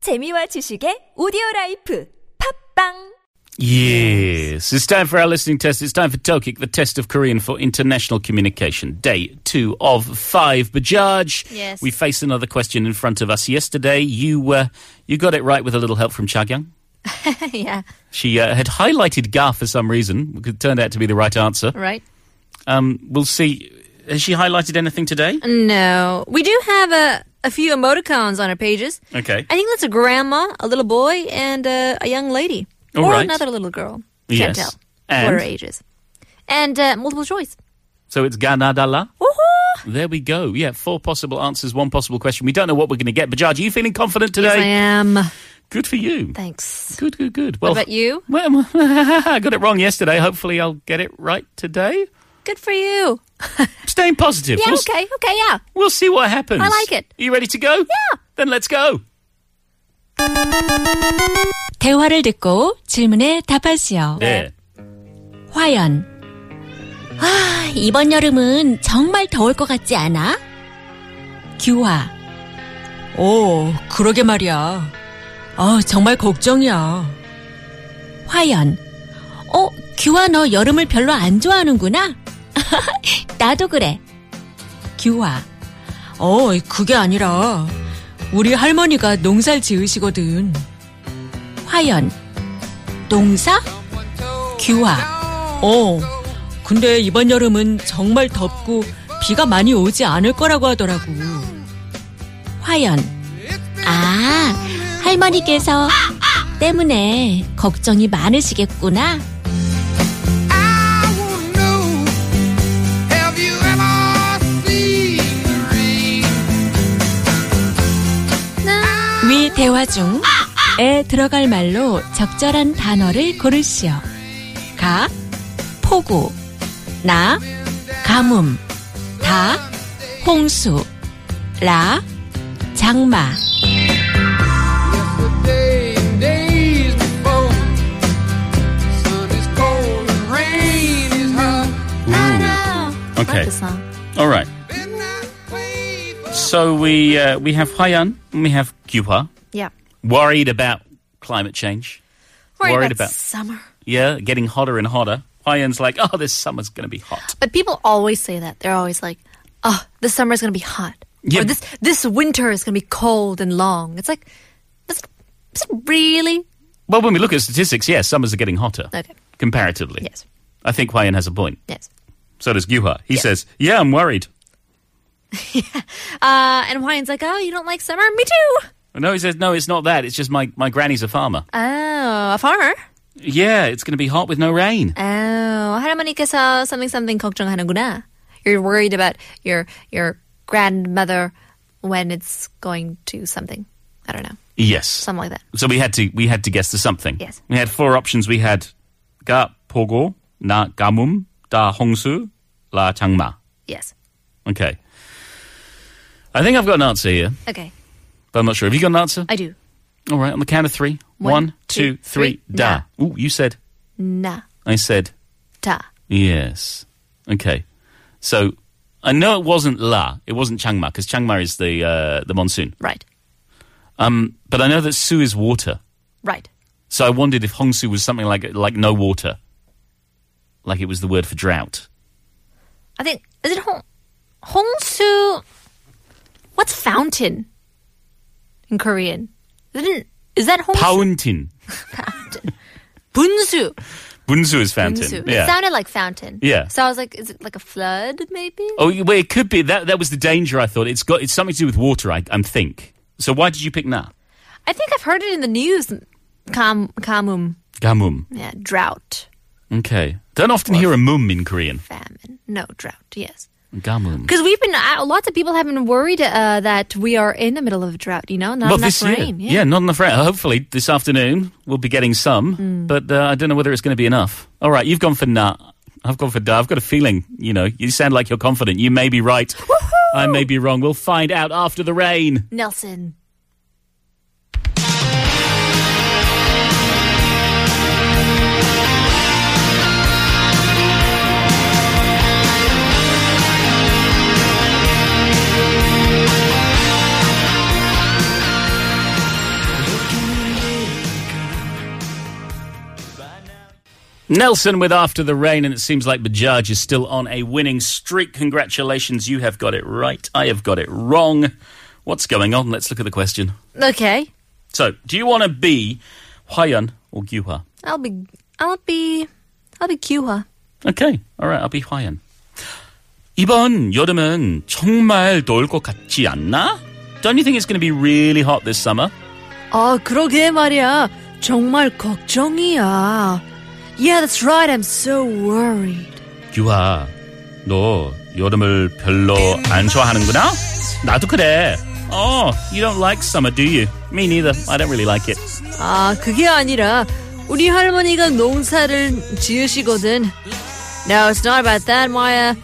재미와 지식의 오디오 라이프 팝빵 Yes. It's time for our listening test. It's time for Tokik, the test of Korean for international communication. Day two of five. Bajaj. Yes. We face another question in front of us. Yesterday, you uh, you got it right with a little help from Chagyang. yeah, She uh, had highlighted "ga" for some reason. It turned out to be the right answer. right. Um, we'll see. Has she highlighted anything today? No, we do have a, a few emoticons on our pages. Okay. I think that's a grandma, a little boy, and uh, a young lady, All or right. another little girl. Yes. Can't tell And? what her age is. And uh, multiple choice. So it's ganadala. Woohoo! There we go. Yeah, four possible answers, one possible question. We don't know what we're going to get. Bajaj, are you feeling confident Yes, I today? am. Good for you. Thanks. Good, good, good. Well, What about you? Well, I got it wrong yesterday. Hopefully, I'll get it right today. Good for you. Staying positive. Yeah. we'll, Okay. Okay. Yeah. we'll see what happens. I like it. Are you ready to go? Yeah. Then let's go. 대화를 듣고 질문에 답하시오. There. 화연. 아, 이번 여름은 정말 더울 것 같지 않아? 규화. 오, 그러게 말이야. 아, 정말 걱정이야. 화연. 어, 규화 너 여름을 별로 안 좋아하는구나? 나도 그래. 규화. 어, 그게 아니라 우리 할머니가 농사를 지으시거든. 화연. 농사? 규화. 어. 근데 이번 여름은 정말 덥고 비가 많이 오지 않을 거라고 하더라고. 화연. 아, 할머니께서 때문에 걱정이 많으시겠구나. I wanna know, have you ever seen the rain? 위 대화 중에 들어갈 말로 적절한 단어를 고르시오. 가, 폭우, 나, 가뭄, 다, 홍수, 라, 장마. Yesterday and days before, sun is cold and rain is hot. Okay. Like the song. All right. Midnight wave. So we uh, we have Haiyan and we have Kyuha. Yeah. Worried about climate change. Worried, Worried about about- summer. Yeah, getting hotter and hotter. Haiyan's like, oh, this summer's going to be hot. But people always say that. They're always like, "Oh, this summer is going to be hot." Yeah. Or this this winter is going to be cold and long. It's like, is it- is it really? Well, when we look at statistics, yes, summers are getting hotter. Okay. Comparatively. Yes. I think Haiyan has a point. Yes. So does Gyuha. He says, yeah, I'm worried. Uh, and Hawaiian's like, oh, you don't like summer? Me too. No, he says, no, it's not that. It's just my, my granny's a farmer. Oh, a farmer. Yeah, it's going to be hot with no rain. Oh, 할머니께서 something something 걱정하는구나. You're worried about your your grandmother when it's going to something. I don't know, Yes. something like that. so we had to we had to guess the something. Yes. We had four options. We had ga pogo, na gamum, da hongsu, la changma. Yes. Okay. I think I've got an answer here, Okay, but I'm not sure. Have you got an answer? I do. All right, on the count of three. One, One, two, two, three, three, da. Ooh, you said. Na I said ta. yes. Okay. So I know it wasn't la. It wasn't changma because changma is the uh, the monsoon. Right. Um, but I know that su is water. Right. So I wondered if Hongsu was something like like no water, like it was the word for drought. I think is it Hong Hongsu? What's fountain in Korean? Isn't is that Hongsu? Fountain. Bunsu. Bunsu is fountain. Bunsu. It Yeah. sounded like fountain. Yeah. So I was like, is it like a flood? Maybe. Oh, well, it could be that. That was the danger. I thought it's got it's something to do with water. I, I think. So why did you pick na? I think I've heard it in the news. Kam kamum. Gamum. Yeah, drought, Okay. Don't often hear a mum in Korean. famine. No drought. Yes. Gamum. Because we've been, uh, lots of people have been worried uh, that we are in the middle of a drought. You know, not Well, enough this rain. year. Yeah. not enough rain. uh, Hopefully this afternoon we'll be getting some, but uh, I don't know whether it's going to be enough. All right, you've gone for na. I've gone for da. I've got a feeling, you know, you sound like you're confident. You may be right. I may be wrong. We'll find out after the rain. Nelson. Nelson with After the Rain, and it seems like Bajaj is still on a winning streak. Congratulations, you have got it right. I have got it wrong. What's going on? Let's look at the question. Okay. So, do you want to be Hwayeon or Gyuha? I'll be I'll be I'll be Kyuha. Okay, all right, I'll be Hwayeon. 이번 여름은 정말 더울 것 같지 않나? Don't you think it's going to be really hot this summer? 아, 그러게 말이야. 정말 걱정이야. Yeah, that's right. I'm so worried. 규하, 너 여름을 별로 안 좋아하는구나? 나도 그래. Oh, you don't like summer, do you? Me neither. I don't really like it. 아, 그게 아니라 우리 할머니가 농사를 지으시거든. No, it's not about that, Maya.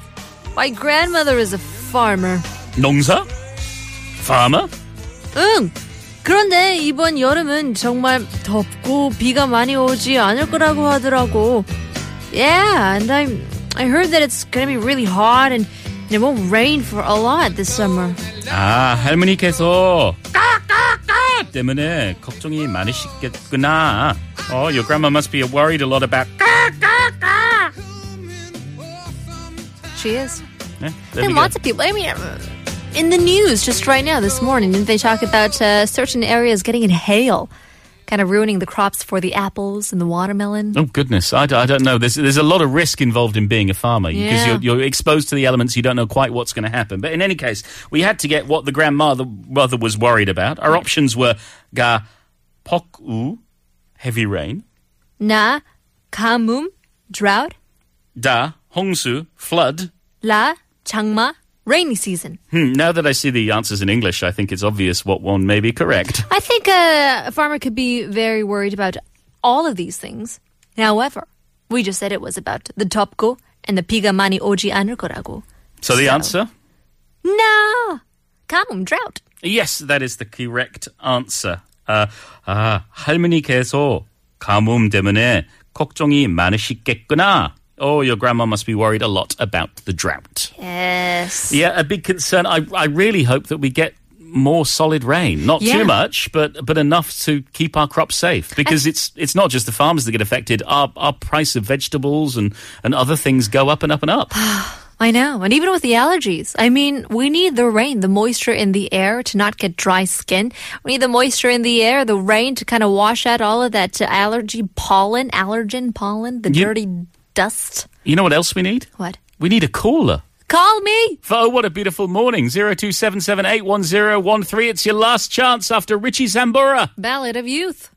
My grandmother is a farmer. 농사? Farmer? 응. 그런데 이번 여름은 정말 덥고 비가 많이 오지 않을 거라고 하더라고. Yeah, and I I heard that it's gonna be really hot and, and it won't rain for a lot this summer. 아, 할머니께서 까까까 때문에 걱정이 많으시겠구나. Oh, your grandma must be worried a lot about She is. Yeah, there we And go. lots of people. I mean, uh, in the news just right now this morning, they talk about uh, certain areas getting in hail, kind of ruining the crops for the apples and the watermelon. Oh goodness, I, d- I don't know. There's there's a lot of risk involved in being a farmer because Yeah. you're, you're exposed to the elements. You don't know quite what's going to happen. But in any case, we had to get what the grandmother mother was worried about. Our options were ga poku, heavy rain, Na, kamum, drought. da hongsu, flood. La, 장마, rainy season. Hmm, now that I see the answers in English, I think it's obvious what one may be correct. I think uh, a farmer could be very worried about all of these things. However, we just said it was about the topko and the piga mani oji 않을 거라고. So the answer. No, kamum drought. Yes, that is the correct answer. 아, 아, 할머니께서 가뭄 때문에 걱정이 많으시겠구나. Oh, your grandma must be worried a lot about the drought. Yes. Yeah, a big concern. I, I really hope that we get more solid rain. Not Yeah. too much, but but enough to keep our crops safe. Because it's it's not just the farmers that get affected. Our our price of vegetables and, and other things go up and up and up. I know. And even with the allergies, I mean, we need the rain, the moisture in the air to not get dry skin. We need the moisture in the air, the rain to kind of wash out all of that allergy pollen, allergen pollen, the You- dirty dust. You know what else we need? What? We need a caller. Call me! For oh, what a beautiful morning. 027781013. It's your last chance after Richie Zambora. Ballad of Youth.